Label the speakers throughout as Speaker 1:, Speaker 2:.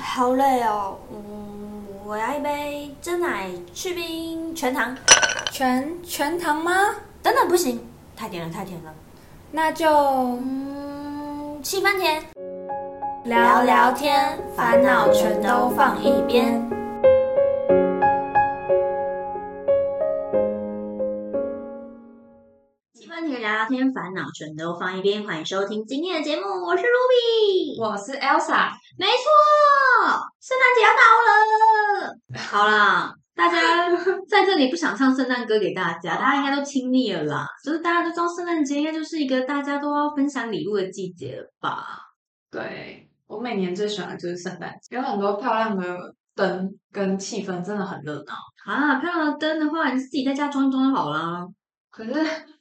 Speaker 1: 好累哦，嗯，我要一杯真奶去冰全糖。
Speaker 2: 全全糖吗？
Speaker 1: 等等，不行，太甜了，太甜了。
Speaker 2: 那就
Speaker 1: 嗯，七分甜。
Speaker 2: 聊聊天，烦恼全都放一边。
Speaker 1: 七分甜聊聊天，烦恼全都放一边。欢迎收听今天的节目，我是 Ruby。
Speaker 2: 我是 Elsa，
Speaker 1: 没错，圣诞节要到了。好啦，大家在这里不想唱圣诞歌给大家，大家应该都听腻了啦。就是大家都知道，圣诞节应该就是一个大家都要分享礼物的季节了吧？
Speaker 2: 对我每年最喜欢的就是圣诞节，有很多漂亮的灯跟气氛，真的很热闹。
Speaker 1: 啊，漂亮的灯的话，你自己在家装一装就好啦。
Speaker 2: 可是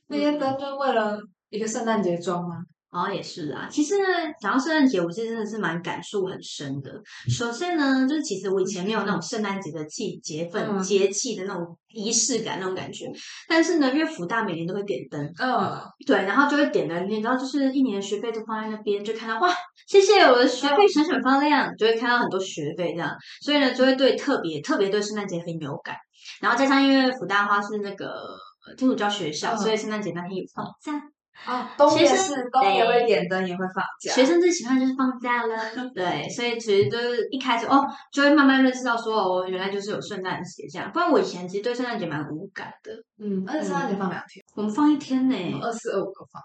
Speaker 2: 那些灯就为了一个圣诞节装吗？
Speaker 1: 哦，也是啊。其实呢，讲到圣诞节，我是真的是蛮感触很深的。首先呢，就是其实我以前没有那种圣诞节的气节氛、
Speaker 2: 嗯
Speaker 1: 节气的那种仪式感那种感觉。但是呢，因为福大每年都会点灯，
Speaker 2: 嗯，
Speaker 1: 对，然后就会点灯，你知道，就是一年的学费都放在那边，就看到哇，谢谢我的学费闪闪发亮，就会看到很多学费这样，所以呢，就会对特别特别对圣诞节很有感。然后加上因为福大花是那个呃天主教学校，
Speaker 2: 嗯
Speaker 1: 所以圣诞节那天也放假，
Speaker 2: 啊，冬也
Speaker 1: 学
Speaker 2: 是
Speaker 1: 生，
Speaker 2: 冬也
Speaker 1: 对
Speaker 2: 会点灯，也会放假。
Speaker 1: 学生最喜欢就是放假了，对，所以其实就是一开始哦，就会慢慢认识到说哦，原来就是有圣诞节这样，不然我以前其实对圣诞节蛮无感的。
Speaker 2: 嗯，而且圣诞节放两天，
Speaker 1: 我们放一天呢、
Speaker 2: 二四二五都放。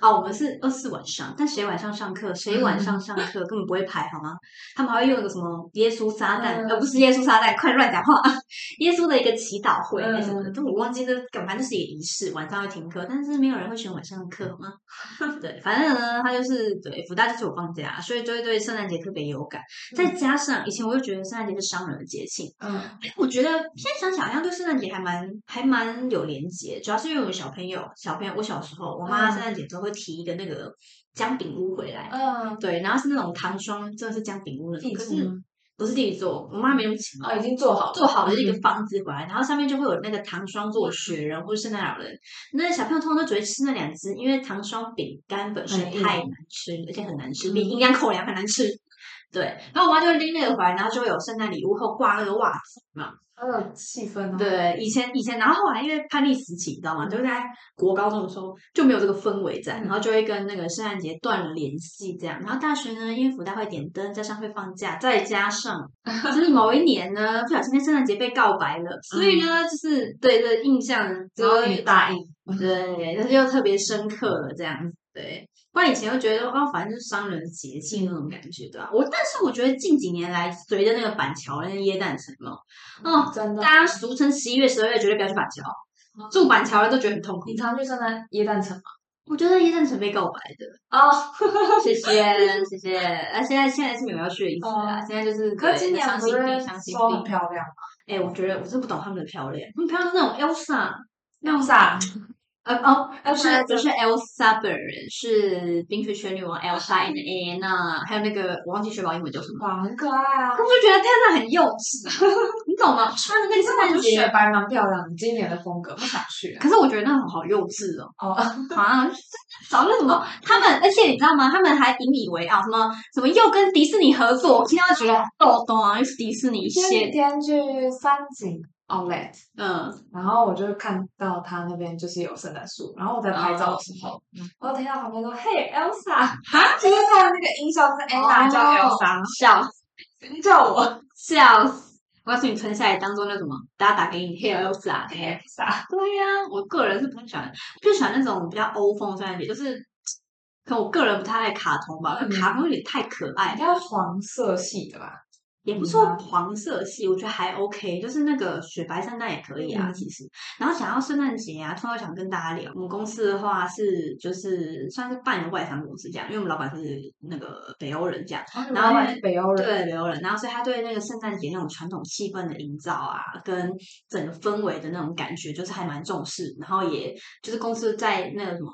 Speaker 1: 啊，我们是二四晚上，但谁晚上上课，
Speaker 2: 嗯
Speaker 1: 谁晚上上 课根本不会排好吗？他们还会用一个什么耶稣撒旦，
Speaker 2: 嗯
Speaker 1: 呃，不是耶稣撒旦，快乱讲话， 耶稣的一个祈祷会还是什么的，
Speaker 2: 嗯
Speaker 1: 但我忘记这干嘛，就是一个仪式，晚上会停课，但是没有人会选晚上的课好吗？ 对，反正呢，他就是对福大就是有放假，所以就会对圣诞节特别有感，再
Speaker 2: 嗯
Speaker 1: 加上以前我就觉得圣诞节是商人的节庆。
Speaker 2: 嗯
Speaker 1: 我觉得现在想想，好像对圣诞节还蛮还蛮有连结，主要是因为我小朋友，小朋友我小时候，我妈
Speaker 2: 嗯
Speaker 1: 圣诞节都会提一个那个姜饼屋回来，
Speaker 2: 嗯，
Speaker 1: 对，然后是那种糖霜，真的是姜饼屋那种，可是
Speaker 2: 吗
Speaker 1: 不是自己做，我妈没有钱嘛
Speaker 2: 哦，已经做好了，
Speaker 1: 做好的
Speaker 2: 嗯
Speaker 1: 一个方子回来，然后上面就会有那个糖霜做雪人或者圣诞老人。那小朋友通常都只会吃那两只，因为糖霜饼干本身
Speaker 2: 很硬
Speaker 1: 太难吃，而且很难吃，
Speaker 2: 嗯
Speaker 1: 比营养口粮还难吃。对，然后我妈就会拎那个回来，然后就会有圣诞礼物后挂那个袜子嘛。
Speaker 2: 很有气氛哦。
Speaker 1: 对，以前以前，然后后来因为叛逆时期，你知道吗？就在国高中的时候就没有这个氛围在，然后就会跟那个圣诞节断了联系这样。然后大学呢，因为福大会点灯，加上会放假，再加 上就是某一年呢，不小心在圣诞节被告白了，所以呢，就是对这印象
Speaker 2: 嗯然后你答应，
Speaker 1: 对，但是又特别深刻了这样子，对。不然以前就觉得哦，反正就是商人节气那种感觉，对吧、我但是我觉得近几年来，随着那个板桥那个椰蛋城嘛，哦，
Speaker 2: 真的。
Speaker 1: 大家俗称十一月、十二月绝对不要去板桥，住板桥的都觉得很痛苦
Speaker 2: 你。常去圣诞椰蛋城吗？
Speaker 1: 我觉得叶正成被告白的，
Speaker 2: 哦，
Speaker 1: 谢谢谢谢。啊，现在现在是没有要去的意思啦，
Speaker 2: 哦
Speaker 1: 现在就是
Speaker 2: 可
Speaker 1: 对
Speaker 2: 是今年
Speaker 1: 相
Speaker 2: 不
Speaker 1: 信病，
Speaker 2: 是
Speaker 1: 相信
Speaker 2: 说很
Speaker 1: 病。
Speaker 2: 漂亮吗？
Speaker 1: 哎、我觉得我是不懂他们的漂亮，嗯他们漂亮是那种 Elsa，
Speaker 2: 用啥？
Speaker 1: 呃哦，不
Speaker 2: 要不
Speaker 1: 是
Speaker 2: 然
Speaker 1: 不
Speaker 2: 就是
Speaker 1: Elsa 本人，是冰雪雪女王 Elsa and Anna，还有那个我忘记雪宝英文叫什么。
Speaker 2: 哇，很可爱啊
Speaker 1: 我！就觉得天哪，很幼稚， 你懂吗？穿的那个圣
Speaker 2: 我觉
Speaker 1: 诞
Speaker 2: 得雪
Speaker 1: 节，
Speaker 2: 白蛮漂亮的，今年的风格不想去啊。
Speaker 1: 可是我觉得那种好幼稚哦。
Speaker 2: 哦，
Speaker 1: 啊，找那什么？他们，而且你知道吗？他们还引以为傲，什么什么又跟迪士尼合作，我听到就觉得豆豆啊，又是迪士尼
Speaker 2: 前几
Speaker 1: 线，
Speaker 2: 天去三井 Outlet，
Speaker 1: 嗯，
Speaker 2: 然后我就看到他那边就是有圣诞树，然后我在拍照的时候，我听到旁边说：“嘿，Elsa！”
Speaker 1: 哈
Speaker 2: 就是他的那个音效是 Anna 叫 Elsa，
Speaker 1: 笑
Speaker 2: 你叫我
Speaker 1: 笑死！我告诉你，存下来当做那什么，大家打给你 Hair Elsa。
Speaker 2: Elsa。
Speaker 1: 对呀、我个人是不太喜欢，就喜欢那种比较欧风的圣诞节，就是可能我个人不太爱卡通吧，
Speaker 2: 嗯
Speaker 1: 卡通有点太可爱
Speaker 2: 应，该黄色系的吧？
Speaker 1: 也不
Speaker 2: 嗯
Speaker 1: 错，
Speaker 2: 啊
Speaker 1: 黄色系我觉得还 OK，就是那个雪白圣诞也可以啊，
Speaker 2: 嗯
Speaker 1: 其实。然后想要圣诞节啊，突然想跟大家聊，我们公司的话是就是算是半个外商公司这样，因为我们老板是那个北欧人这样，然后
Speaker 2: 然后是北欧人，
Speaker 1: 对北欧人，然后所以他对那个圣诞节那种传统气氛的营造啊，跟整个氛围的那种感觉，就是还蛮重视。然后也就是公司在那个什么，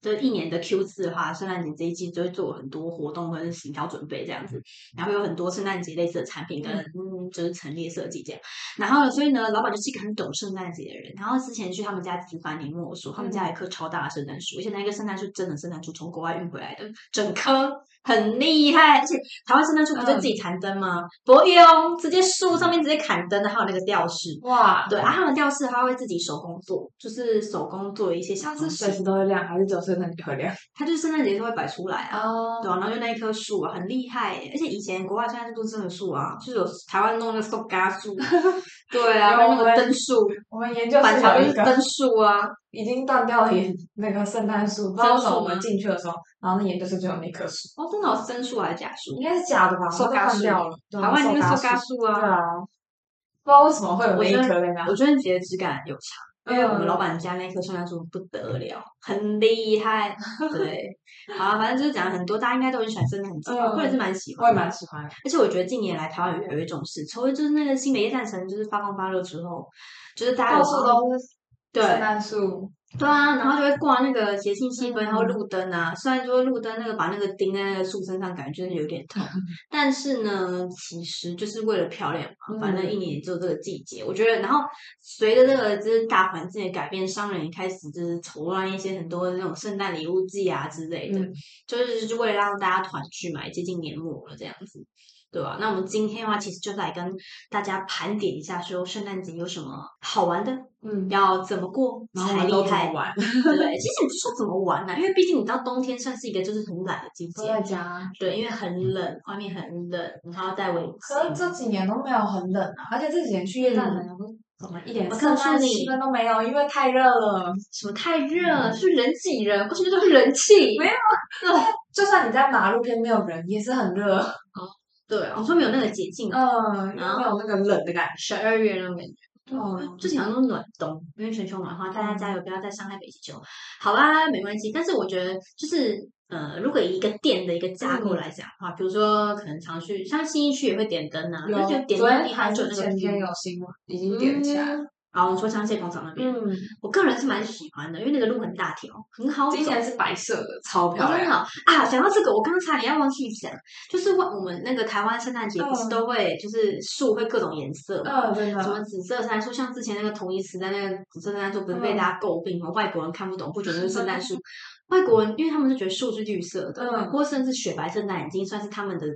Speaker 1: 就是一年的 Q 四的话，圣诞节这一季就会做很多活动跟行销准备这样子，然后有很多圣诞节类似的产品跟、嗯、就是陈列设计这样。然后呢，所以呢，老板就是一个很懂圣诞节的人。然后之前去他们家吃饭，你跟嗯我说他们家有一棵超大的圣诞树，而且那个圣诞树真的圣诞树从国外运回来的，整棵。很厉害，而且台湾圣诞树不是
Speaker 2: 嗯
Speaker 1: 自己缠灯吗？不用，直接树上面直接砍灯的，还有那个吊饰。
Speaker 2: 哇，
Speaker 1: 对啊，他们吊饰他会自己手工做，就是手工做一些小
Speaker 2: 它是
Speaker 1: 东
Speaker 2: 随
Speaker 1: 西，
Speaker 2: 时都会亮，还是只有圣诞节会亮？
Speaker 1: 他就是圣诞节都会摆出来啊。
Speaker 2: 哦
Speaker 1: 对啊，然后就那一棵树啊，很厉害耶，而且以前国外现在都真的树啊，就是有台湾弄那个松嘎 树，对啊，
Speaker 2: 有
Speaker 1: 弄那
Speaker 2: 我
Speaker 1: 个
Speaker 2: 也
Speaker 1: 灯树，
Speaker 2: 我们研究
Speaker 1: 板
Speaker 2: 室
Speaker 1: 桥
Speaker 2: 有
Speaker 1: 就
Speaker 2: 一
Speaker 1: 是
Speaker 2: 个
Speaker 1: 灯树啊，
Speaker 2: 已经断掉了也那个圣诞树，不知道为什么我们进去的时候，然后那研究室就有那棵树，
Speaker 1: 哦，真的哦是真树还是假树
Speaker 2: 应？该是假的吧？
Speaker 1: 塑
Speaker 2: 它
Speaker 1: 胶
Speaker 2: 都断
Speaker 1: 树
Speaker 2: 掉了，对啊
Speaker 1: 台湾那个
Speaker 2: 塑
Speaker 1: 松嘎
Speaker 2: 胶树，
Speaker 1: 树
Speaker 2: 对
Speaker 1: 啊，
Speaker 2: 啊，不知道为什么会有
Speaker 1: 我
Speaker 2: 那一
Speaker 1: 觉得
Speaker 2: 棵在那。
Speaker 1: 我觉得你觉得质感有差，因为我们
Speaker 2: 嗯
Speaker 1: 老板家那棵圣诞树不得了，很厉 害。对，好啊，反正就是讲了很多，大家应该都很喜欢圣诞节吧，
Speaker 2: 嗯
Speaker 1: 我也是蛮喜
Speaker 2: 我也
Speaker 1: 欢的。
Speaker 2: 蛮喜欢的，
Speaker 1: 而且我觉得近年来台湾有越来越重视，除了就是那个新北夜战神就是发光发热之后，就是大家
Speaker 2: 到
Speaker 1: 有
Speaker 2: 处都是
Speaker 1: 对
Speaker 2: 圣诞树，
Speaker 1: 对啊，然后就会挂那个节庆气氛，
Speaker 2: 嗯
Speaker 1: 然后路灯啊。虽然说路灯那个把那个钉在那个树身上，感觉就是有点痛，
Speaker 2: 嗯
Speaker 1: 但是呢，其实就是为了漂亮嘛。反正
Speaker 2: 嗯
Speaker 1: 一年也就这个季节，我觉得。然后随着这个就是大环境的改变，商人也开始就是筹乱一些很多那种圣诞礼物季啊之类的，
Speaker 2: 嗯
Speaker 1: 就是就是为了让大家团聚嘛，也接近年末了这样子。对吧、那我们今天的话，其实就来跟大家盘点一下，说圣诞节有什么好玩的，
Speaker 2: 嗯，
Speaker 1: 要怎么过
Speaker 2: 然后
Speaker 1: 才
Speaker 2: 我们
Speaker 1: 厉
Speaker 2: 都怎
Speaker 1: 害
Speaker 2: 么。玩？
Speaker 1: 对，其实也不是说怎么玩呢、因为毕竟你知道冬天算是一个就是很懒的季节
Speaker 2: 都，在家。
Speaker 1: 对，因为很冷，外面很冷，然后戴围巾。
Speaker 2: 可是这几年都没有很冷啊，而且这几年去夜店很多怎么一点
Speaker 1: 我
Speaker 2: 圣
Speaker 1: 告诉
Speaker 2: 诞
Speaker 1: 你
Speaker 2: 气氛都没有，因为太热了。
Speaker 1: 什么太热了，是人挤人，或是就是人气。
Speaker 2: 没有就算你在马路边没有人，也是很热。
Speaker 1: 对，我说没有那个捷径，啊
Speaker 2: 嗯，因为 没有那个冷的感
Speaker 1: 十二月那种感觉。
Speaker 2: 觉。嗯，
Speaker 1: 最近好像都暖冬，因为全球暖化，大家加油，不要再伤害北极熊。好啦，没关系。但是我觉得就是。呃，如果以一个店的一个架构
Speaker 2: 嗯
Speaker 1: 来讲的话，比如说可能常去，像新一区也会点灯啊，就
Speaker 2: 有
Speaker 1: 是点灯
Speaker 2: 昨
Speaker 1: 的
Speaker 2: 天
Speaker 1: 地方
Speaker 2: 还
Speaker 1: 就是有那个嗯
Speaker 2: 前天
Speaker 1: view
Speaker 2: 有嗯新闻，已经点起来了。
Speaker 1: 然后说香榭广场那边，
Speaker 2: 嗯，
Speaker 1: 我个人是蛮喜欢的，因为那个路很大条，很好走。
Speaker 2: 今年是白色的，超
Speaker 1: 哦
Speaker 2: 漂
Speaker 1: 真的
Speaker 2: 亮。
Speaker 1: 好啊！讲到这个，我刚才你要忘记讲，就是我我们那个台湾圣诞节不是
Speaker 2: 嗯
Speaker 1: 都会，就是树会各种颜色嘛。
Speaker 2: 嗯，真
Speaker 1: 什
Speaker 2: 的。
Speaker 1: 么紫色圣诞树，像之前那个同一时代那个紫色圣诞树，不是被
Speaker 2: 嗯
Speaker 1: 大家诟病吗？外国人看不懂，会觉得是圣诞 树。外国人因为他们就觉得树是绿色的，
Speaker 2: 嗯
Speaker 1: 或甚至雪白圣诞已经算是他们的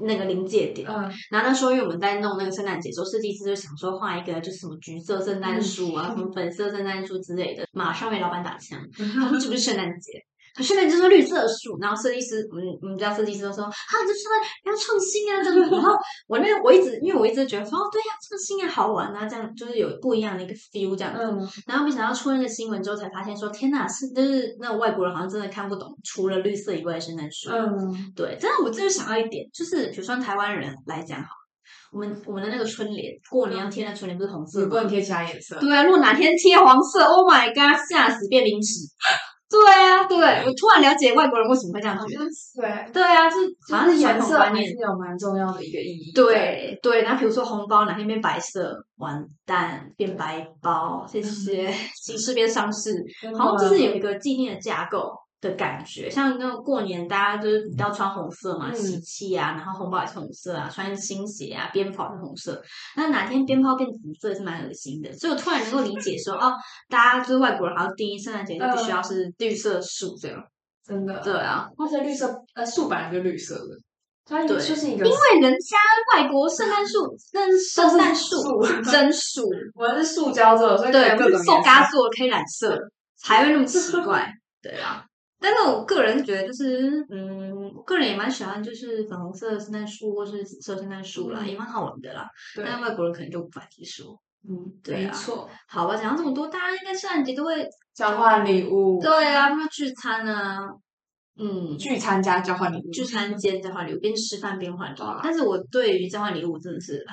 Speaker 1: 那个临界点。
Speaker 2: 嗯，
Speaker 1: 然后那时候因为我们在弄那个圣诞节的时候，设计师就想说画一个就是什么橘色圣诞树啊，
Speaker 2: 嗯
Speaker 1: 什么粉色圣诞树之类的，马上被老板打枪，他说这不是圣诞节。他圣诞节说绿色的树，然后设计师，我们我们家设计师都说，啊，这圣诞要创新啊，这样子。然后我那我一直，因为我一直觉得说，哦，对呀、创新啊，好玩啊，这样就是有不一样的一个 feel 这样子。
Speaker 2: 嗯，
Speaker 1: 然后没想到出那个新闻之后，才发现说，天呐，是就是那个外国人好像真的看不懂，除了绿色以外的圣诞树。
Speaker 2: 嗯，
Speaker 1: 对，但是我真的想到一点，就是比如说台湾人来讲好，我们我们的那个春联，过年要贴的春联不是红色
Speaker 2: 也不
Speaker 1: 吗？
Speaker 2: 能贴其他颜色。
Speaker 1: 对啊，如果哪天贴黄色，Oh my god，吓死变零食。对啊，对，我突然了解外国人为什么会这样
Speaker 2: 好
Speaker 1: 觉
Speaker 2: 像
Speaker 1: 得。
Speaker 2: 是哎，
Speaker 1: 对啊，就是好像
Speaker 2: 反正
Speaker 1: 是传
Speaker 2: 颜
Speaker 1: 统
Speaker 2: 色
Speaker 1: 观
Speaker 2: 还
Speaker 1: 念
Speaker 2: 是。有蛮重要的一个意义。，
Speaker 1: 对对，然后比如说红包哪天变白色，完蛋变白包，这些形式变上市，好像就是有一个既定的架构的感觉，像那种过年大家就是要穿红色嘛，
Speaker 2: 嗯
Speaker 1: 喜气啊，然后红包也是红色啊，穿新鞋啊，鞭炮也是红色。那哪天鞭炮变紫色也是蛮恶心的，所以我突然能够理解 说，哦，大家就是外国人好像定义圣诞节就必须要是绿色树这 样。
Speaker 2: 真的。
Speaker 1: 对啊，
Speaker 2: 而且绿色，呃，树本来就绿色的，它
Speaker 1: 对
Speaker 2: 就是一个。
Speaker 1: 因为人家外国圣诞树，那是 圣诞树
Speaker 2: 都是
Speaker 1: 是真树，
Speaker 2: 我们是塑胶做的，所以
Speaker 1: 对，不是
Speaker 2: 塑
Speaker 1: 送嘎做可以染色，才会那么奇怪。对啊，但是我个人觉得就是，嗯，我个人也蛮喜欢就是粉红色的圣诞树或是紫色圣诞树啦，
Speaker 2: 嗯
Speaker 1: 也蛮好玩的啦。
Speaker 2: 对，
Speaker 1: 但外国人可能就无法接受。
Speaker 2: 嗯，
Speaker 1: 嗯对
Speaker 2: 没
Speaker 1: 啊
Speaker 2: 错，
Speaker 1: 好吧，讲到这么多，大家应该圣诞节都会
Speaker 2: 交换礼物，
Speaker 1: 对啊，会聚餐啊，嗯，
Speaker 2: 聚餐加交换礼物，
Speaker 1: 聚餐间交换礼物，边吃饭边换礼
Speaker 2: 对啊
Speaker 1: 物。但是我对于交换礼物真的是，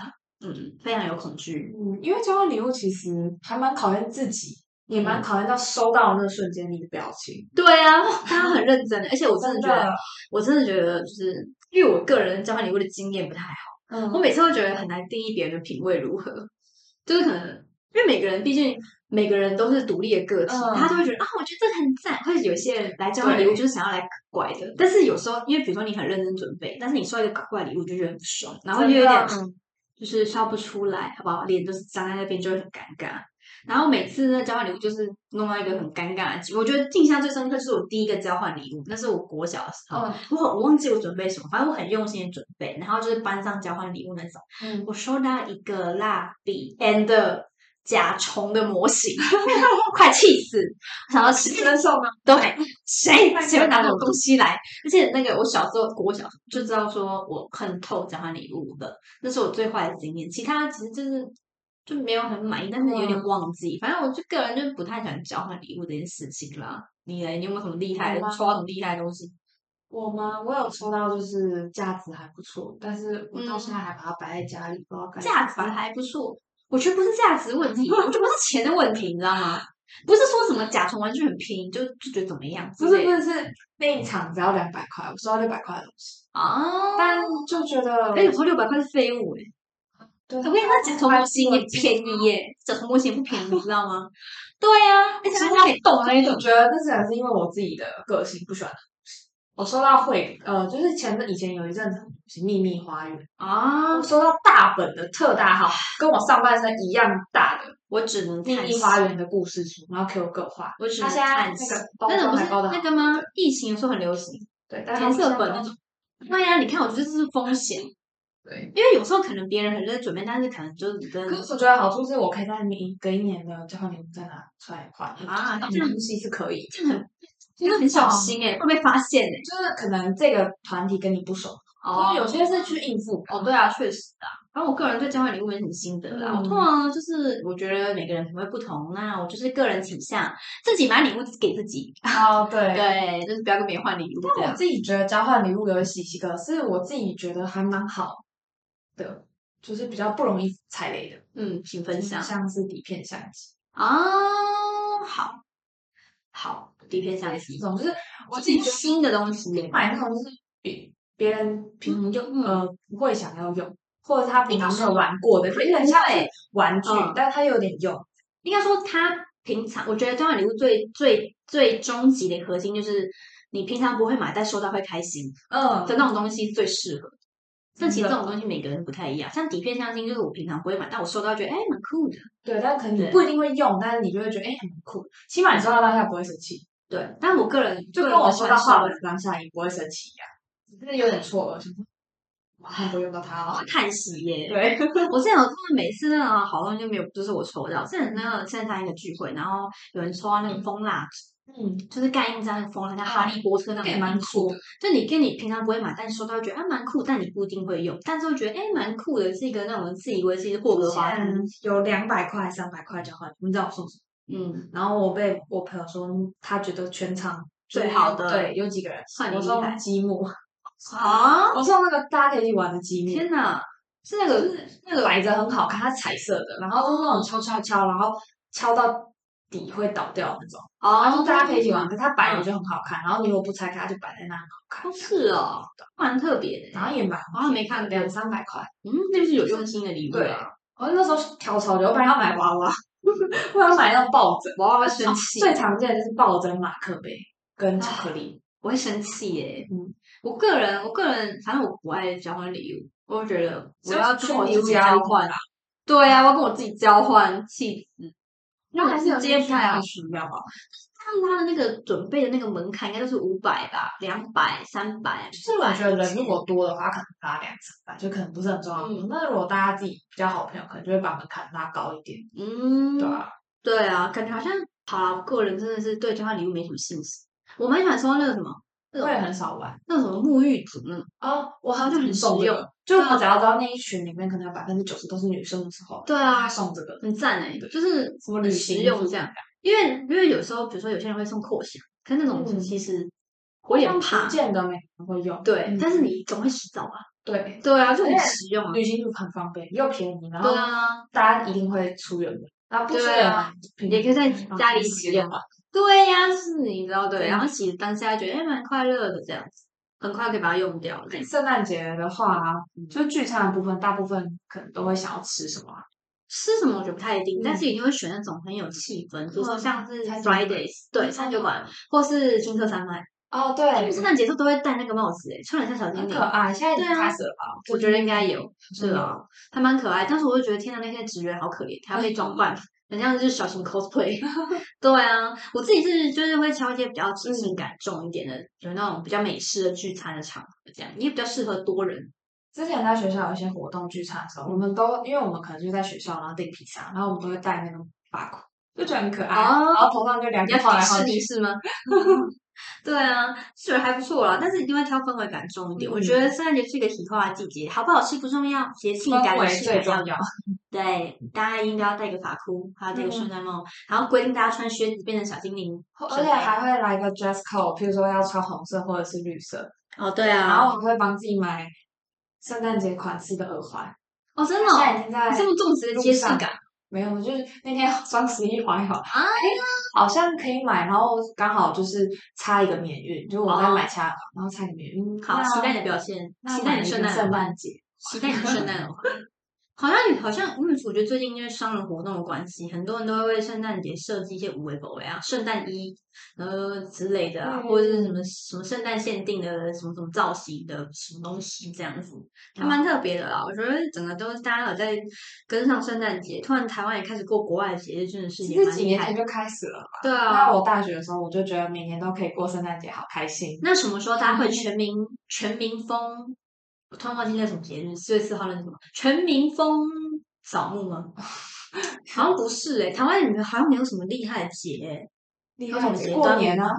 Speaker 1: 嗯，非常有恐惧。
Speaker 2: 嗯，因为交换礼物其实还蛮考验自己，也
Speaker 1: 嗯
Speaker 2: 蛮考验到收到的那瞬间你的表情。
Speaker 1: 对啊， 大家很认真，而且我真的觉得
Speaker 2: 的，
Speaker 1: 我真的觉得，就是因为我个人交换礼物的经验不太好，
Speaker 2: 嗯
Speaker 1: 我每次都觉得很难定义别人的品味如何，就是可能因为每个人毕竟每个人都是独立的个体，
Speaker 2: 嗯
Speaker 1: 他就会觉得啊，我觉得这个很赞，或者有些人来交换礼物
Speaker 2: 对
Speaker 1: 就是想要来拐的，但是有时候因为比如说你很认真准备，但是你收到一个搞怪礼物就觉得很不爽，然后就有
Speaker 2: 真的
Speaker 1: 点
Speaker 2: 嗯
Speaker 1: 就是笑不出来，好不好？脸就是张在那边就会很尴尬。然后每次那交换礼物就是弄到一个很尴尬的局。我觉得印象最深刻就是我第一个交换礼物，那是我国小的时候，
Speaker 2: 哦，
Speaker 1: 我我忘记我准备什么，反正我很用心的准备，然后就是班上交换礼物那种。
Speaker 2: 嗯，
Speaker 1: 我收到一个蜡笔 and 甲虫的模型， 快气死！我想要吃
Speaker 2: 你能送吗？
Speaker 1: 对，谁
Speaker 2: 那你
Speaker 1: 谁会
Speaker 2: 有
Speaker 1: 拿
Speaker 2: 拿
Speaker 1: 这种
Speaker 2: 过
Speaker 1: 东西来？而且那个我小时候国小就知道说我恨透交换礼物了，那是我最坏的经验。其他其实就是就没有很满意，但是有点
Speaker 2: 嗯
Speaker 1: 忘记。反正我就个人就不太喜欢交换礼物这件事情啦。你嘞，你有没有什么厉害的
Speaker 2: 有吗
Speaker 1: 抽到什么厉害的东西？
Speaker 2: 我吗？我有抽到，就是价值还不错，但是我到
Speaker 1: 嗯
Speaker 2: 现在还把它摆在家里，不知道该
Speaker 1: 价值还不错，我觉得不是价值问题，我觉 得不是钱的问题，你知道吗？不是说什么甲虫玩具很便宜就就觉得怎么样之
Speaker 2: 不是
Speaker 1: 类
Speaker 2: 不
Speaker 1: 的
Speaker 2: 是是那一场只要两百块，我收到六百块的东西，
Speaker 1: 啊？
Speaker 2: 但就觉得
Speaker 1: 哎，有时候六百块是废物
Speaker 2: 欸
Speaker 1: 哎、
Speaker 2: 对，
Speaker 1: 我跟你说，甲虫模型也便 宜耶，甲虫模型不便宜，你知道吗？对呀、而且它还可以动
Speaker 2: 我
Speaker 1: 那一
Speaker 2: 我
Speaker 1: 种。
Speaker 2: 觉得那只能是因为我自己的个性不喜欢。我收到会，呃，就是前阵以前有一阵子是秘密花园，
Speaker 1: 啊
Speaker 2: 我！收到大本的特大号，跟我上半身一样大的
Speaker 1: 我只能
Speaker 2: 秘
Speaker 1: 看
Speaker 2: 密花园的故事书，然后给我各画。
Speaker 1: 我只
Speaker 2: 它
Speaker 1: 能
Speaker 2: 现在
Speaker 1: 看
Speaker 2: 那个包
Speaker 1: 那种
Speaker 2: 装
Speaker 1: 不是
Speaker 2: 还包的
Speaker 1: 那个吗？疫情的时候很流行，
Speaker 2: 对，但是它
Speaker 1: 填
Speaker 2: 不
Speaker 1: 色
Speaker 2: 像
Speaker 1: 本
Speaker 2: 包
Speaker 1: 那种。对啊呀、你看，我觉得这是风险，
Speaker 2: 对。
Speaker 1: 因为有时候可能别人很认真准备，但是可能就是你跟
Speaker 2: 可是我觉得好处是我可以在明隔一年的交换礼物再拿出来换
Speaker 1: 啊这
Speaker 2: 这种
Speaker 1: 样
Speaker 2: 东西是可以，
Speaker 1: 真的很真的很小心哎、会被发现哎、
Speaker 2: 就是可能这个团体跟你不熟，
Speaker 1: 哦
Speaker 2: 因为有些是去应付的，
Speaker 1: 哦，对啊，确实啊。反正我个人对交换礼物没什么心得啦。我通
Speaker 2: 嗯
Speaker 1: 常呢就是我觉得每个人品味不同，那我就是个人倾向，自己买礼物给自己，
Speaker 2: 哦 对
Speaker 1: 对，就是不要跟别人换礼物这
Speaker 2: 但我
Speaker 1: 样。
Speaker 2: 自己觉得交换礼物有喜喜哥是我自己觉得还蛮好的，就是比较不容易踩雷的，
Speaker 1: 嗯，请分享
Speaker 2: 像是底片相机，
Speaker 1: 哦，好，好，底片相
Speaker 2: 这
Speaker 1: 机，
Speaker 2: 种就是我自
Speaker 1: 这
Speaker 2: 己
Speaker 1: 是
Speaker 2: 觉得
Speaker 1: 新的东西耶。
Speaker 2: 买那种就是别别人平常用、
Speaker 1: 嗯
Speaker 2: 呃不会想要用，或者他平常没
Speaker 1: 嗯
Speaker 2: 有玩过的，有点像是
Speaker 1: 对
Speaker 2: 玩具，
Speaker 1: 嗯
Speaker 2: 但他有点用。
Speaker 1: 应该说，他平常我觉得交换礼物最最最终极的核心就是，你平常不会买，但收到会开心。
Speaker 2: 嗯
Speaker 1: 的那种东西最适合。但其实
Speaker 2: 真
Speaker 1: 这
Speaker 2: 的
Speaker 1: 种东西每个人不太一样，像底片相机就是我平常不会买，但我收到觉得哎蛮酷的。
Speaker 2: 对，但可能
Speaker 1: 对
Speaker 2: 你不一定会用，但是你就会觉得哎、很酷，起码你收到当下不会生气，
Speaker 1: 对，但我个人
Speaker 2: 就
Speaker 1: 个人
Speaker 2: 跟我
Speaker 1: 比较
Speaker 2: 收
Speaker 1: 喜
Speaker 2: 到
Speaker 1: 欢
Speaker 2: 画
Speaker 1: 收
Speaker 2: 本当下也不会生气一样，只是有点错愕，想说哇，会不会用到它哦。
Speaker 1: 叹息耶。
Speaker 2: 对，
Speaker 1: 我之前有看到每次那个好东西就没有，就是我抽到。之前那个线上一个聚会，然后有人抽到那个风蜡烛，
Speaker 2: 嗯，
Speaker 1: 就是盖印章的风蜡，像哈利波特那
Speaker 2: 也
Speaker 1: 种，
Speaker 2: 蛮酷
Speaker 1: 啊酷。
Speaker 2: 的。
Speaker 1: 就你跟你平常不会买，但收到觉得啊蛮酷，但你不一定会用，但是会觉得哎蛮酷的，是一个那种自以为是霍格华兹。
Speaker 2: 有两百块、三百块交换，你知道我送什么？
Speaker 1: 嗯，
Speaker 2: 然后我被我朋友说，他觉得全场
Speaker 1: 最
Speaker 2: 就是
Speaker 1: 好
Speaker 2: 有
Speaker 1: 的
Speaker 2: 对，有几个人，
Speaker 1: 算你
Speaker 2: 我
Speaker 1: 厉
Speaker 2: 送
Speaker 1: 害
Speaker 2: 积木，
Speaker 1: 啊！
Speaker 2: 我送那个大家可以一起玩的积木，
Speaker 1: 天哪，是那个
Speaker 2: 那个摆着很好看，它彩色的，然后就是那种敲敲敲，然后敲到底会倒掉那种，然
Speaker 1: 哦，
Speaker 2: 后大家可以一起玩，可是它摆着就很好看，然后你如果不拆开，它就摆在那很好看
Speaker 1: 嗯哦，，是哦，蛮特别的。
Speaker 2: 然后也蛮
Speaker 1: 好像没看过
Speaker 2: 两三百块，
Speaker 1: 嗯，那就是有用心的礼物
Speaker 2: 对
Speaker 1: 啊。
Speaker 2: 我那时候挑超久，我本来要买娃娃，我要买那种抱枕，
Speaker 1: 娃娃会生气，
Speaker 2: 最常见的就是抱枕、马克杯跟巧克力，
Speaker 1: 我会生气耶。
Speaker 2: 嗯，
Speaker 1: 我个人，我个人，反正我不爱交换礼物，我觉得我
Speaker 2: 只有
Speaker 1: 要
Speaker 2: 去
Speaker 1: 跟我
Speaker 2: 你
Speaker 1: 自己
Speaker 2: 家
Speaker 1: 交换。对呀、啊，我要跟我自己交换，气死。
Speaker 2: 那还是有
Speaker 1: 直接
Speaker 2: 需要
Speaker 1: 派
Speaker 2: 需要吧，
Speaker 1: 看他的那个准备的那个门槛，应该就是五百吧，两百、三百。
Speaker 2: 就是我觉得人如果多的话，可能拉两层吧，就可能不是很重要。
Speaker 1: 嗯
Speaker 2: 那如果大家自己比较好朋友，可能就会把门槛拉高一点，
Speaker 1: 嗯，
Speaker 2: 对啊。
Speaker 1: 对啊，感觉好像好啦，我个人真的是对交换礼物没什么兴趣。我蛮喜欢收到那个什么，那
Speaker 2: 我也
Speaker 1: 种
Speaker 2: 很少玩
Speaker 1: 那种什么沐浴组那种。
Speaker 2: 哦，我
Speaker 1: 哦好
Speaker 2: 很
Speaker 1: 像很嗯
Speaker 2: 少
Speaker 1: 实
Speaker 2: 这
Speaker 1: 用
Speaker 2: 个，就是我只要知道那一群里面可能有百分之九十都是女生的时候，
Speaker 1: 对啊
Speaker 2: 他送这个，
Speaker 1: 很赞哎、
Speaker 2: 对
Speaker 1: 就是
Speaker 2: 什么
Speaker 1: 很
Speaker 2: 旅
Speaker 1: 实
Speaker 2: 行
Speaker 1: 用
Speaker 2: 服
Speaker 1: 这样。因为因为有时候，比如说有些人会送扩香，可是那种
Speaker 2: 嗯
Speaker 1: 其实我有点
Speaker 2: 好像
Speaker 1: 怕
Speaker 2: 不。见得每个人会用，
Speaker 1: 对，
Speaker 2: 嗯
Speaker 1: 但是你总会洗澡吧？
Speaker 2: 对
Speaker 1: 对啊，就很
Speaker 2: 而且
Speaker 1: 实用啊。
Speaker 2: 旅行组很方便又便宜，然后
Speaker 1: 对啊，
Speaker 2: 大家一定会出远门，然后不出
Speaker 1: 对
Speaker 2: 远门、
Speaker 1: 啊
Speaker 2: 平
Speaker 1: 也可以在
Speaker 2: 然后
Speaker 1: 家里
Speaker 2: 平时
Speaker 1: 使
Speaker 2: 也
Speaker 1: 用
Speaker 2: 用吧，
Speaker 1: 对呀、是你知道对，
Speaker 2: 嗯
Speaker 1: 然后其实当下觉得哎蛮快乐的这样子，很快可以把它用掉了。
Speaker 2: 圣诞节的话，就聚餐的部分，大部分可能都会想要吃什么啊、
Speaker 1: 吃什么我觉得不太一定，但
Speaker 2: 嗯
Speaker 1: 是一定会选那种很有气氛，比如说像是
Speaker 2: 餐酒馆
Speaker 1: Fridays，对，餐酒馆或是金色山脉，
Speaker 2: 哦，
Speaker 1: 他们
Speaker 2: 对
Speaker 1: 圣，诞节都都会戴那个帽子、哎，穿得很像小精
Speaker 2: 很
Speaker 1: 灵
Speaker 2: 可。爱。现在已经
Speaker 1: 对啊
Speaker 2: 开始了吧？
Speaker 1: 我觉得应该有，是
Speaker 2: 嗯
Speaker 1: 啊，还蛮可爱。但是我就觉得，天呐，那些职员好可怜，还要被装扮，很像就是小型 cosplay。对啊，我自己是就是会挑一些比较即
Speaker 2: 嗯
Speaker 1: 兴感重一点的，有那种比较美式的聚餐的场合，这样也比较适合多人。
Speaker 2: 之前在学校有一些活动聚餐的时候，我们都因为我们可能就在学校，然后订披萨，然后我们都会带那个发箍，就觉得很可爱，
Speaker 1: 哦
Speaker 2: 然后头上就两
Speaker 1: 你
Speaker 2: 个
Speaker 1: 要
Speaker 2: 晃
Speaker 1: 迪
Speaker 2: 来晃
Speaker 1: 士
Speaker 2: 去
Speaker 1: 尼。 是吗？对啊，是还不错啦，但是一定会挑氛围感重一点。我觉
Speaker 2: 嗯
Speaker 1: 得圣诞节是一个体化的季节，好不好吃不重要，节庆感
Speaker 2: 氛围
Speaker 1: 也是
Speaker 2: 最
Speaker 1: 很
Speaker 2: 重要。
Speaker 1: 对，大家应该要戴个发箍，还有戴个
Speaker 2: 嗯
Speaker 1: 圣诞帽，然后规定大家穿靴子变成小精灵。
Speaker 2: 而且还会来一个 dress code，譬如说要穿红色或者是绿色，
Speaker 1: 哦，对
Speaker 2: 然后
Speaker 1: 啊，
Speaker 2: 我们会帮自己买圣诞节款式的耳环。
Speaker 1: 哦，真的哦、
Speaker 2: 现在已经在
Speaker 1: 你这么重视的揭示
Speaker 2: 路上
Speaker 1: 感，啊
Speaker 2: 没有，就是那天双十一划一划，哎、好像可以买，然后刚好就是差一个免运，就是我在买其他耳环，然后差一个免运。
Speaker 1: 哦
Speaker 2: 嗯
Speaker 1: 好，
Speaker 2: 那
Speaker 1: 期待你的表现，
Speaker 2: 那
Speaker 1: 期待你的
Speaker 2: 买一个
Speaker 1: 圣诞
Speaker 2: 圣
Speaker 1: 耳环
Speaker 2: 诞节，
Speaker 1: 期待你的圣诞耳环。好像好像，嗯，我觉得最近因为商人活动的关系，很多人都会为圣诞节设计一些无为狗为啊，圣诞衣呃之类的啊，
Speaker 2: 嗯
Speaker 1: 或者是什么什么圣诞限定的什么什么造型的什么东西这样子，
Speaker 2: 啊
Speaker 1: 还蛮特别的啦。我觉得整个都大家有在跟上圣诞节，突然台湾也开始过国外的节日，真的是
Speaker 2: 其
Speaker 1: 也
Speaker 2: 实
Speaker 1: 蛮
Speaker 2: 几
Speaker 1: 厉
Speaker 2: 年
Speaker 1: 害
Speaker 2: 前
Speaker 1: 的。
Speaker 2: 就开始了。
Speaker 1: 对
Speaker 2: 那
Speaker 1: 啊，
Speaker 2: 我大学的时候，我就觉得每年都可以过圣诞节，好开心。
Speaker 1: 那什么时候大家会全民、全民风？我突然忘记那什么节日，四月四号那是什么全民风扫墓吗？ 好像不是诶、欸台湾也没有好像没有什么厉害的节、欸，
Speaker 2: 厉
Speaker 1: 有什么节
Speaker 2: 过
Speaker 1: 专
Speaker 2: 年
Speaker 1: 门
Speaker 2: 啊，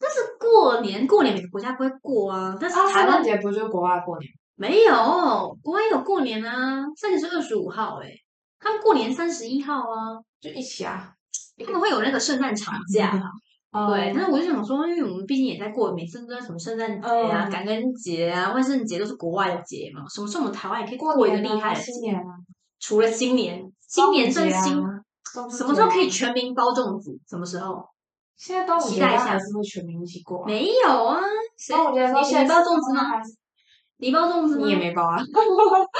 Speaker 1: 但是过年过年每个国家不会过啊，但是
Speaker 2: 啊，
Speaker 1: 台
Speaker 2: 圣
Speaker 1: 湾、
Speaker 2: 诞节不就是国外过年？
Speaker 1: 没有，国外有过年啊，这个是二十五号诶、他们过年三十一号啊，
Speaker 2: 就一起啊。嗯
Speaker 1: 他们会有那个圣诞长假。对，但是我就想说，因为我们毕竟也在过，每次都在什么圣诞节啊、
Speaker 2: 嗯
Speaker 1: 感恩节啊、万圣节都是国外的节嘛，什么时候我们台湾也可以
Speaker 2: 过
Speaker 1: 一个
Speaker 2: 年
Speaker 1: 厉害
Speaker 2: 啊，
Speaker 1: 的
Speaker 2: 新
Speaker 1: 节？
Speaker 2: 年啊，
Speaker 1: 除了新年，新年正
Speaker 2: 端午节啊
Speaker 1: 新，
Speaker 2: 中
Speaker 1: 什么时候可以
Speaker 2: 去？
Speaker 1: 全民包粽子？什么时候？
Speaker 2: 现在端午
Speaker 1: 期
Speaker 2: 节
Speaker 1: 待一
Speaker 2: 大家
Speaker 1: 下
Speaker 2: 还是会全民一起过啊。
Speaker 1: 没有啊，谁
Speaker 2: 端午节
Speaker 1: 你
Speaker 2: 的时候，
Speaker 1: 你包粽子吗？
Speaker 2: 还是
Speaker 1: 你包粽子吗？
Speaker 2: 你也。没包啊？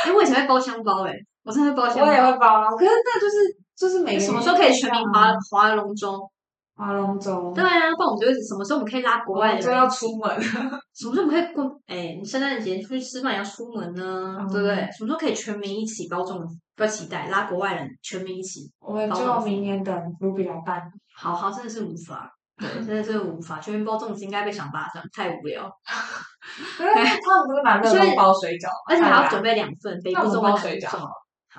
Speaker 1: 哎，我以前会包香包，哎，我真的会包香
Speaker 2: 我也
Speaker 1: 包。
Speaker 2: 会包啊，可是那就是就是每个
Speaker 1: 什么
Speaker 2: 人
Speaker 1: 时候可以全
Speaker 2: 不一
Speaker 1: 民
Speaker 2: 样
Speaker 1: 划
Speaker 2: 啊
Speaker 1: 划龙舟？
Speaker 2: 划龙舟？
Speaker 1: 对啊，不然我们就什么时候我们可以拉国外的
Speaker 2: 就
Speaker 1: 人
Speaker 2: 要
Speaker 1: 一起
Speaker 2: 出门，
Speaker 1: 什么时候不可以过？哎，你圣诞节出去吃饭也要出门呢，
Speaker 2: 嗯
Speaker 1: 对不对？什么时候可以全民一起包粽子？不要期待拉国外人全民一起，
Speaker 2: 我们
Speaker 1: 包
Speaker 2: 就
Speaker 1: 粽子
Speaker 2: 明年等 Ruby 来 办。
Speaker 1: 好好真的是无法，对，真的是无法。全民包粽子应该被赏巴掌，太无聊，
Speaker 2: 可是他们不是蛮热
Speaker 1: 所以
Speaker 2: 衷包水饺，
Speaker 1: 而且还要准
Speaker 2: 备
Speaker 1: 备两份，北部
Speaker 2: 那我们
Speaker 1: 粽
Speaker 2: 包
Speaker 1: 跟
Speaker 2: 水
Speaker 1: 南部
Speaker 2: 饺
Speaker 1: 粽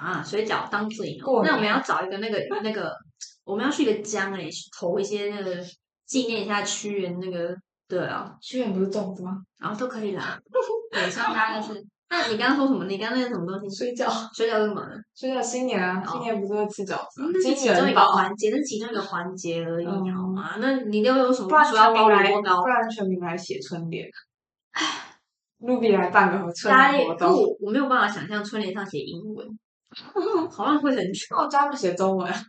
Speaker 1: 啊，水饺当自己
Speaker 2: 过
Speaker 1: 那我们
Speaker 2: 年
Speaker 1: 要找一个那个那个，我们要去一个江哎，去投一些那个纪念一下屈原那个，对啊，
Speaker 2: 屈原不是粽子吗？
Speaker 1: 然后都可以啦。对，希望大家就是。那你刚刚说什么？你刚刚那个什么东西？
Speaker 2: 水饺，
Speaker 1: 水饺是什么？
Speaker 2: 水饺新年啊，
Speaker 1: 哦
Speaker 2: 新年不是会吃饺子吗啊
Speaker 1: 嗯？那是
Speaker 2: 金
Speaker 1: 其中一
Speaker 2: 元
Speaker 1: 个
Speaker 2: 宝，
Speaker 1: 环节，那是其中一个环节而已，
Speaker 2: 嗯
Speaker 1: 好吗？那你又有什么
Speaker 2: 不然
Speaker 1: 主要
Speaker 2: 全
Speaker 1: 啊包
Speaker 2: 民
Speaker 1: 萝
Speaker 2: 来，
Speaker 1: 卜糕
Speaker 2: 不？然全民来写春联。Ruby 来办个春
Speaker 1: 大家
Speaker 2: 联
Speaker 1: 也
Speaker 2: 活
Speaker 1: 可
Speaker 2: 动，
Speaker 1: 我我没有办法想象春联上写英文， 好像会很丑。
Speaker 2: 那我教他们写中文。啊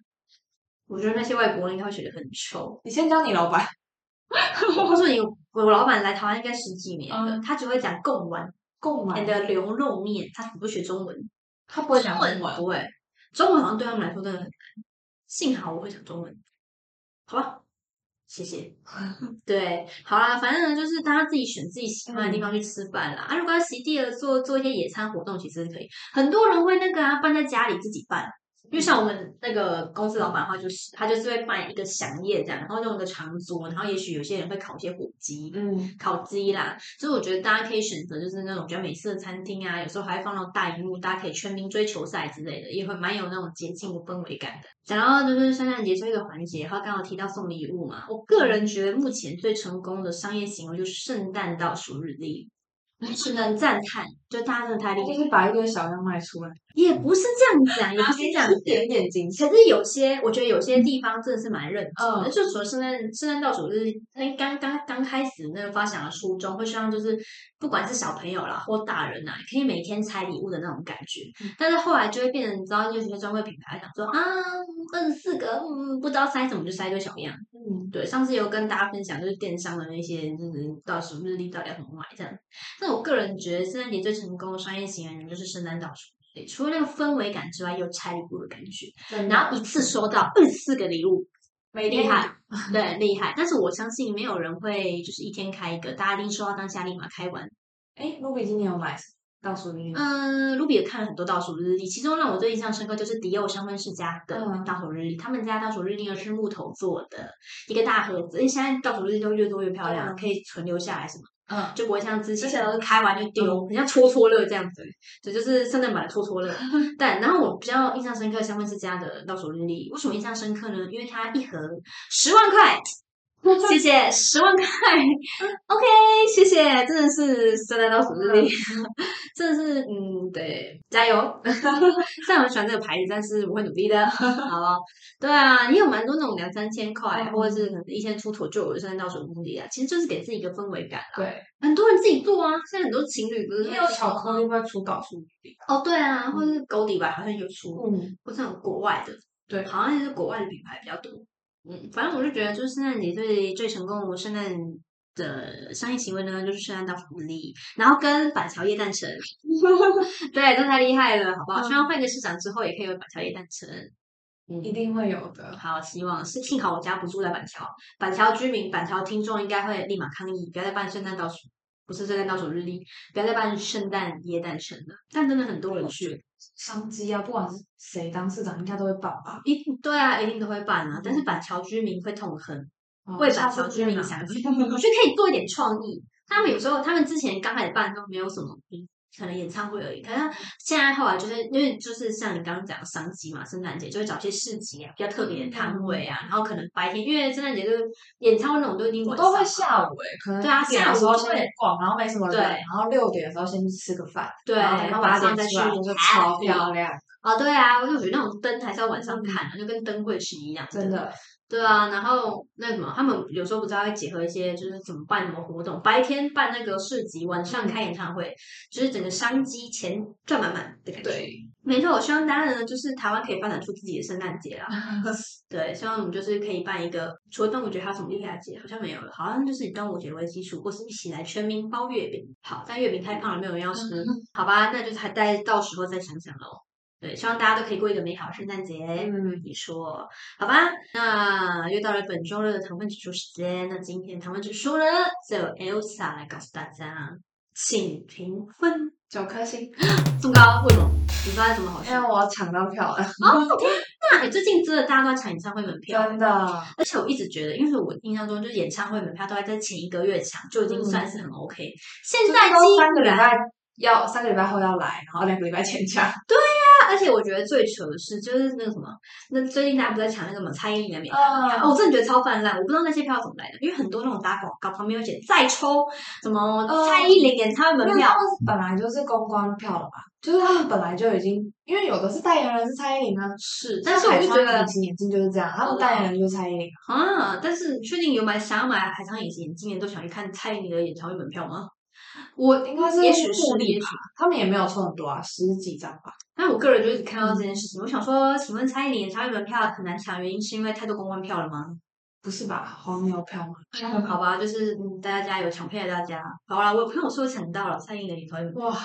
Speaker 1: 我觉得那些外国人应该会写的很丑。
Speaker 2: 你先教你老板，
Speaker 1: 我告诉你，我老板来台湾应该十几年了，
Speaker 2: 嗯
Speaker 1: 他只会讲贡丸
Speaker 2: 购买
Speaker 1: and 牛肉面，他不会学中文。
Speaker 2: 他不会讲中文，
Speaker 1: 不会，中文好像对他们来说真的很难。幸好我会讲中文，好吧，谢 谢。对，好啦，反正呢就是大家自己选自己喜
Speaker 2: 嗯
Speaker 1: 欢的地方去吃饭啦。啊，如果要席地而坐，做一些野餐活动，其实是可以。很多人会那个啊，办在家里自己办。因为像我们那个公司老板的话，就是他就是会办一个响宴这样，然后用一个长桌，然后也许有些人会烤一些火鸡，
Speaker 2: 嗯，
Speaker 1: 烤鸡啦，所以我觉得大家可以选择就是那种比较美式的餐厅啊，有时候还会放到大荧幕，大家可以全民追球赛之类的，也会蛮有那种节庆的氛围感的。讲到就是圣诞节这个环节，他刚好提到送礼物嘛，我个人觉得目前最成功的商业行为就是圣诞倒数日历，只能赞叹，就大家真的太厉害了，
Speaker 2: 就是把一堆小样卖出来，
Speaker 1: 也不是这样子啊，也
Speaker 2: 然
Speaker 1: 不
Speaker 2: 后
Speaker 1: 是这样
Speaker 2: 一点点惊喜，
Speaker 1: 可是有些，我觉得有些地方真的是蛮认真的。
Speaker 2: 嗯
Speaker 1: 呃就除了圣诞圣诞倒数日，那刚刚刚开始那个发想的初衷，会希望就是不管是小朋友啦或大人啦，可以每天拆礼物的那种感觉。但是后来就会变成，你知道，有些专柜品牌想说啊，二十四个，嗯，不知道塞什么就塞一堆小样。
Speaker 2: 嗯，
Speaker 1: 对，上次有跟大家分享，就是电商的那些，就是倒数日历到底要怎么买这样。但我个人觉得，圣诞节最成功的商业行为就是圣诞倒数日历，除了那个氛围感之外，也有拆礼物的感觉。
Speaker 2: 真的
Speaker 1: 然后一次收到二十四个礼物，
Speaker 2: 每
Speaker 1: 厉
Speaker 2: 天
Speaker 1: 害， 对，厉害。但是我相信没有人会就是一天开一个，大家一定收到当下立马开完。
Speaker 2: 哎，Ruby 今年有买什倒数日历。
Speaker 1: 嗯，卢比也看了很多倒数日历，其中让我最印象深刻就是迪奥香氛世家的
Speaker 2: 嗯
Speaker 1: 倒数日历。他们家倒数日历呢是木头做的一个大盒子，因为现在倒数日历都越做越漂亮，
Speaker 2: 嗯
Speaker 1: 可以存留下来什么，
Speaker 2: 嗯，
Speaker 1: 就不会像之前
Speaker 2: 之前都是
Speaker 1: 开完就丢，很像戳戳乐这样子。对，就是圣诞版的戳戳乐。但然后我比较印象深刻香氛世家的倒数日历，为什么印象深刻呢？因为它一盒十万块。 谢谢十万块
Speaker 2: 嗯
Speaker 1: ，OK，谢谢，真的是圣诞倒数日历， 真的是嗯，对，加油！ 虽然我喜欢这个牌子，但是我会努力 的，好吧？对啊，也有蛮多那种两三千块，
Speaker 2: 嗯
Speaker 1: 或者是可能一千出头就有的圣诞倒数日历啊，其实就是给自己一个氛围感啦。
Speaker 2: 对，
Speaker 1: 很多人自己做啊，现在很多情侣不是
Speaker 2: 也
Speaker 1: 会
Speaker 2: 有
Speaker 1: 自己
Speaker 2: 巧
Speaker 1: 做
Speaker 2: 克力嗯会出倒数日历。
Speaker 1: 哦，对啊，或者是 g o d 吧，好像有出，
Speaker 2: 嗯，
Speaker 1: 或者国外的，
Speaker 2: 对
Speaker 1: 好像也是国外的品牌比较多。嗯，反正我就觉得，就是圣诞节最最成功的圣诞的商业行为呢，就是圣诞到福利，然后跟板桥夜诞城， 对，都太厉害了，好不好？
Speaker 2: 嗯
Speaker 1: 希望换个市长之后，也可以有板桥夜诞城。嗯
Speaker 2: 一定会有的。
Speaker 1: 好，希望是幸好我家不住在板桥，板桥居民、板桥听众应该会立马抗议，不要再办圣诞倒数，不是圣诞倒数日历，不要再办圣诞夜诞城了。但真的很多人去，
Speaker 2: 商机啊，不管是谁当市长，应该都会办吧？
Speaker 1: 一对啊，一定都会办啊。但是板桥居民会痛恨，
Speaker 2: 嗯哦
Speaker 1: 为
Speaker 2: 下
Speaker 1: 板
Speaker 2: 次
Speaker 1: 桥
Speaker 2: 就
Speaker 1: 居民
Speaker 2: 拿
Speaker 1: 想想，我觉得可以做一点创意。他们有时候，他们之前刚开始办都没有什么，嗯可能演唱会而已。可是现在后来就是因为就是像你刚刚讲的商机嘛，圣诞节就会找一些市集啊，比较特别的摊位
Speaker 2: 嗯
Speaker 1: 啊，然后可能白天因为圣诞节就是演唱会那种都一定
Speaker 2: 我
Speaker 1: 晚
Speaker 2: 都会
Speaker 1: 上
Speaker 2: 下午哎，可能
Speaker 1: 对啊
Speaker 2: 一点
Speaker 1: 下
Speaker 2: 的
Speaker 1: 午
Speaker 2: 时候
Speaker 1: 就
Speaker 2: 先
Speaker 1: 会
Speaker 2: 去逛，然后没什么人，
Speaker 1: 对
Speaker 2: 然后六点的时候先去吃个饭，
Speaker 1: 对，
Speaker 2: 然后等
Speaker 1: 然
Speaker 2: 到
Speaker 1: 后
Speaker 2: 八
Speaker 1: 晚上
Speaker 2: 点
Speaker 1: 再去
Speaker 2: 出来就是超漂亮，嗯
Speaker 1: 哦，对啊，我就觉得那种灯还是要晚上看的，啊就跟灯会是一样
Speaker 2: 真的。
Speaker 1: 对啊，然后那什么，他们有时候不知道会结合一些，就是怎么办什么活动，白天办那个市集，晚上开演唱会，就是整个商机钱赚满满的感觉。，
Speaker 2: 对，
Speaker 1: 没错，我希望大家呢，就是台湾可以发展出自己的圣诞节啦。对，希望我们就是可以办一个，除了端午节还有什么厉害的节？好像没有了，好像就是以端午节为基础，或是一起来全民包月饼。好，但月饼太胖了，没有人要吃。
Speaker 2: 嗯
Speaker 1: 好吧，那就是还待到时候再想想喽。对，希望大家都可以过一个美好的圣诞节。
Speaker 2: 嗯
Speaker 1: 你说好吧？那又到了本周六的糖分指数时间，那今天糖分指数呢，就由 Elsa 来告诉大家，请评分
Speaker 2: 九颗星，
Speaker 1: 这么高，为什么？你发现什么好事？
Speaker 2: 因为我抢到票了，
Speaker 1: 哦天哪！你最近真的大家都在抢演唱会门票，
Speaker 2: 真的，
Speaker 1: 而且我一直觉得，因为我印象中就是演唱会门票都还在前一个月抢，就已经
Speaker 2: 嗯
Speaker 1: 算是很 OK。现
Speaker 2: 就是
Speaker 1: 在
Speaker 2: 都
Speaker 1: 基
Speaker 2: 三个礼
Speaker 1: 本
Speaker 2: 拜要三个礼拜后要来，然后两个礼拜前抢，
Speaker 1: 而且我觉得最糗的是，就是那个什么，那最近大家不是在抢那个什么蔡依林的免票、
Speaker 2: 嗯
Speaker 1: 哦，我真的觉得超泛滥，我不知道那些票怎么来的，因为很多那种打广告旁边有写再抽什么
Speaker 2: 嗯
Speaker 1: 蔡依林演唱会门
Speaker 2: 没有
Speaker 1: 票
Speaker 2: 他，们本来就是公关票了嘛，就是他们本来就已经，因为有的是代言人是蔡依林啊，
Speaker 1: 是，但是
Speaker 2: 像
Speaker 1: 我
Speaker 2: 海
Speaker 1: 就
Speaker 2: 昌
Speaker 1: 觉得嗯
Speaker 2: 隐形眼镜就是这样，他们代言人就是蔡依林，
Speaker 1: 啊，但是确定有买想要买海昌影行今年都想去看蔡依林的演唱会门票吗？我
Speaker 2: 应该是
Speaker 1: 也许是
Speaker 2: 互利
Speaker 1: 也许
Speaker 2: 吧，他们也没有抽很多啊，十几张吧，
Speaker 1: 但我个人就是看到这件事情，我想说，请问蔡依林演唱会门票很难抢，原因是因为太多公关票了吗？
Speaker 2: 不是吧？黄牛票吗？
Speaker 1: 好吧，就是嗯大家加油，抢票的大家。好啦，我有朋友说抢到了蔡依林的演唱会门票，
Speaker 2: 哇，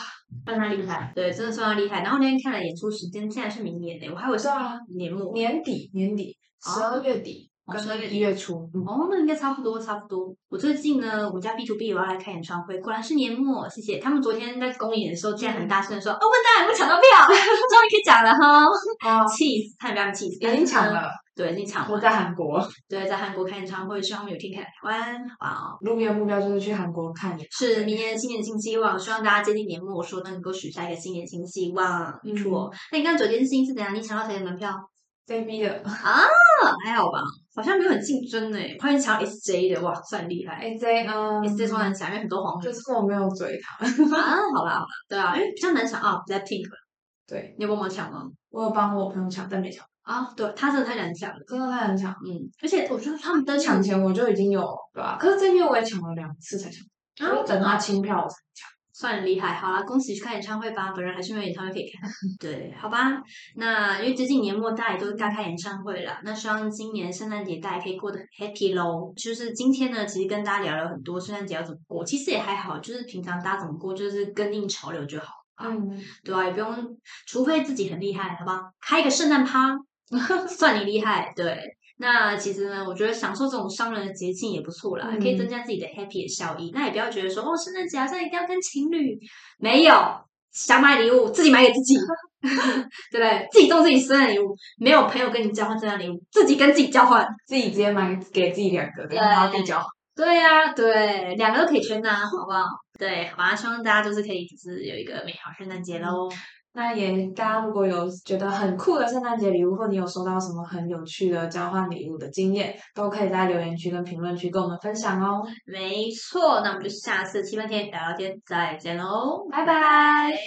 Speaker 1: 算他厉害，对，真的算他厉害。然后那天看了演出时间，竟然是明年呢、我还以为是
Speaker 2: 对啊
Speaker 1: 年末。
Speaker 2: 年底年底十
Speaker 1: 啊
Speaker 2: 二月底
Speaker 1: 哦
Speaker 2: 跟
Speaker 1: 12月底
Speaker 2: 一月初，嗯
Speaker 1: 哦，那应该差不多，差不多。我最近呢，我们家 B to B 我要来看演唱会，果然是年末，谢谢。他们昨天在公演的时候，竟然很大声的
Speaker 2: 嗯
Speaker 1: 说：“哦，笨蛋，我抢到 票，终于可以讲了哈！”
Speaker 2: 啊，
Speaker 1: 气死，差点被他们气死。
Speaker 2: 已经抢，了，
Speaker 1: 对，已经抢
Speaker 2: 我
Speaker 1: 了。
Speaker 2: 在韩国，
Speaker 1: 对，在韩国看演唱会，希望他们有一天可以来台湾。哇哦，
Speaker 2: 路边目标就是去韩国看演唱
Speaker 1: 是
Speaker 2: 会
Speaker 1: 明年的新年新希望，希望大家接近年末，说能够许下一个新年新希
Speaker 2: 嗯
Speaker 1: 望。没错。那你刚刚昨天新是怎样？你抢到谁的门票？
Speaker 2: JB 的
Speaker 1: 啊还好吧，好像没有很竞争诶、欸。他们抢 SJ 的，哇，算厉害。
Speaker 2: AJ，嗯
Speaker 1: SJ 超难抢，因为很多黄牛
Speaker 2: 就。是我没有追他，
Speaker 1: 啊，好吧，好吧，对啊，因为比较难抢啊，Blackpink，
Speaker 2: 对
Speaker 1: 你有帮忙抢吗？
Speaker 2: 我有帮我朋友抢，但没抢，
Speaker 1: 啊，对，他真的太难抢了。
Speaker 2: 真的太难抢。
Speaker 1: 嗯，而且我觉得他们的
Speaker 2: 抢前我就已经有对吧、可是这边我也抢了两次才抢，然后等他清票我才抢。
Speaker 1: 算厉害，好啦，恭喜去看演唱会吧！本人还是没有演唱会可以看， 对，好吧。那因为接近年末，大家也都该开演唱会了，那希望今年圣诞节大家可以过得很 happy 喽。就是今天呢，其实跟大家聊了很多圣诞节要怎么过，其实也还好，就是平常大家怎么过，就是跟应潮流就好啊，
Speaker 2: 嗯，
Speaker 1: 对啊，也不用，除非自己很厉害，好吧，开一个圣诞趴， 算你厉害，对。那其实呢，我觉得享受这种商人的捷径也不错啦，
Speaker 2: 嗯
Speaker 1: 可以增加自己的 happy 的效益。那也不要觉得说哦，圣诞节好像一定要跟情侣，没有，想买礼物自己买给自己， 对不对？自己送自己生日礼物，没有朋友跟你交换生日礼物，自己跟自己交换。
Speaker 2: 自己直接买给自己两个，
Speaker 1: 对
Speaker 2: 然后自己交换。
Speaker 1: 对呀、对，两个都可以圈呐、好不好？对，好吧，希望大家就是可以就是有一个美好圣诞节喽。
Speaker 2: 那也，大家如果有觉得很酷的圣诞节礼物，或你有收到什么很有趣的交换礼物的经验，都可以在留言区跟评论区跟我们分享哦。
Speaker 1: 没错，那我们就下次七分天聊聊天再见喽，
Speaker 2: 拜拜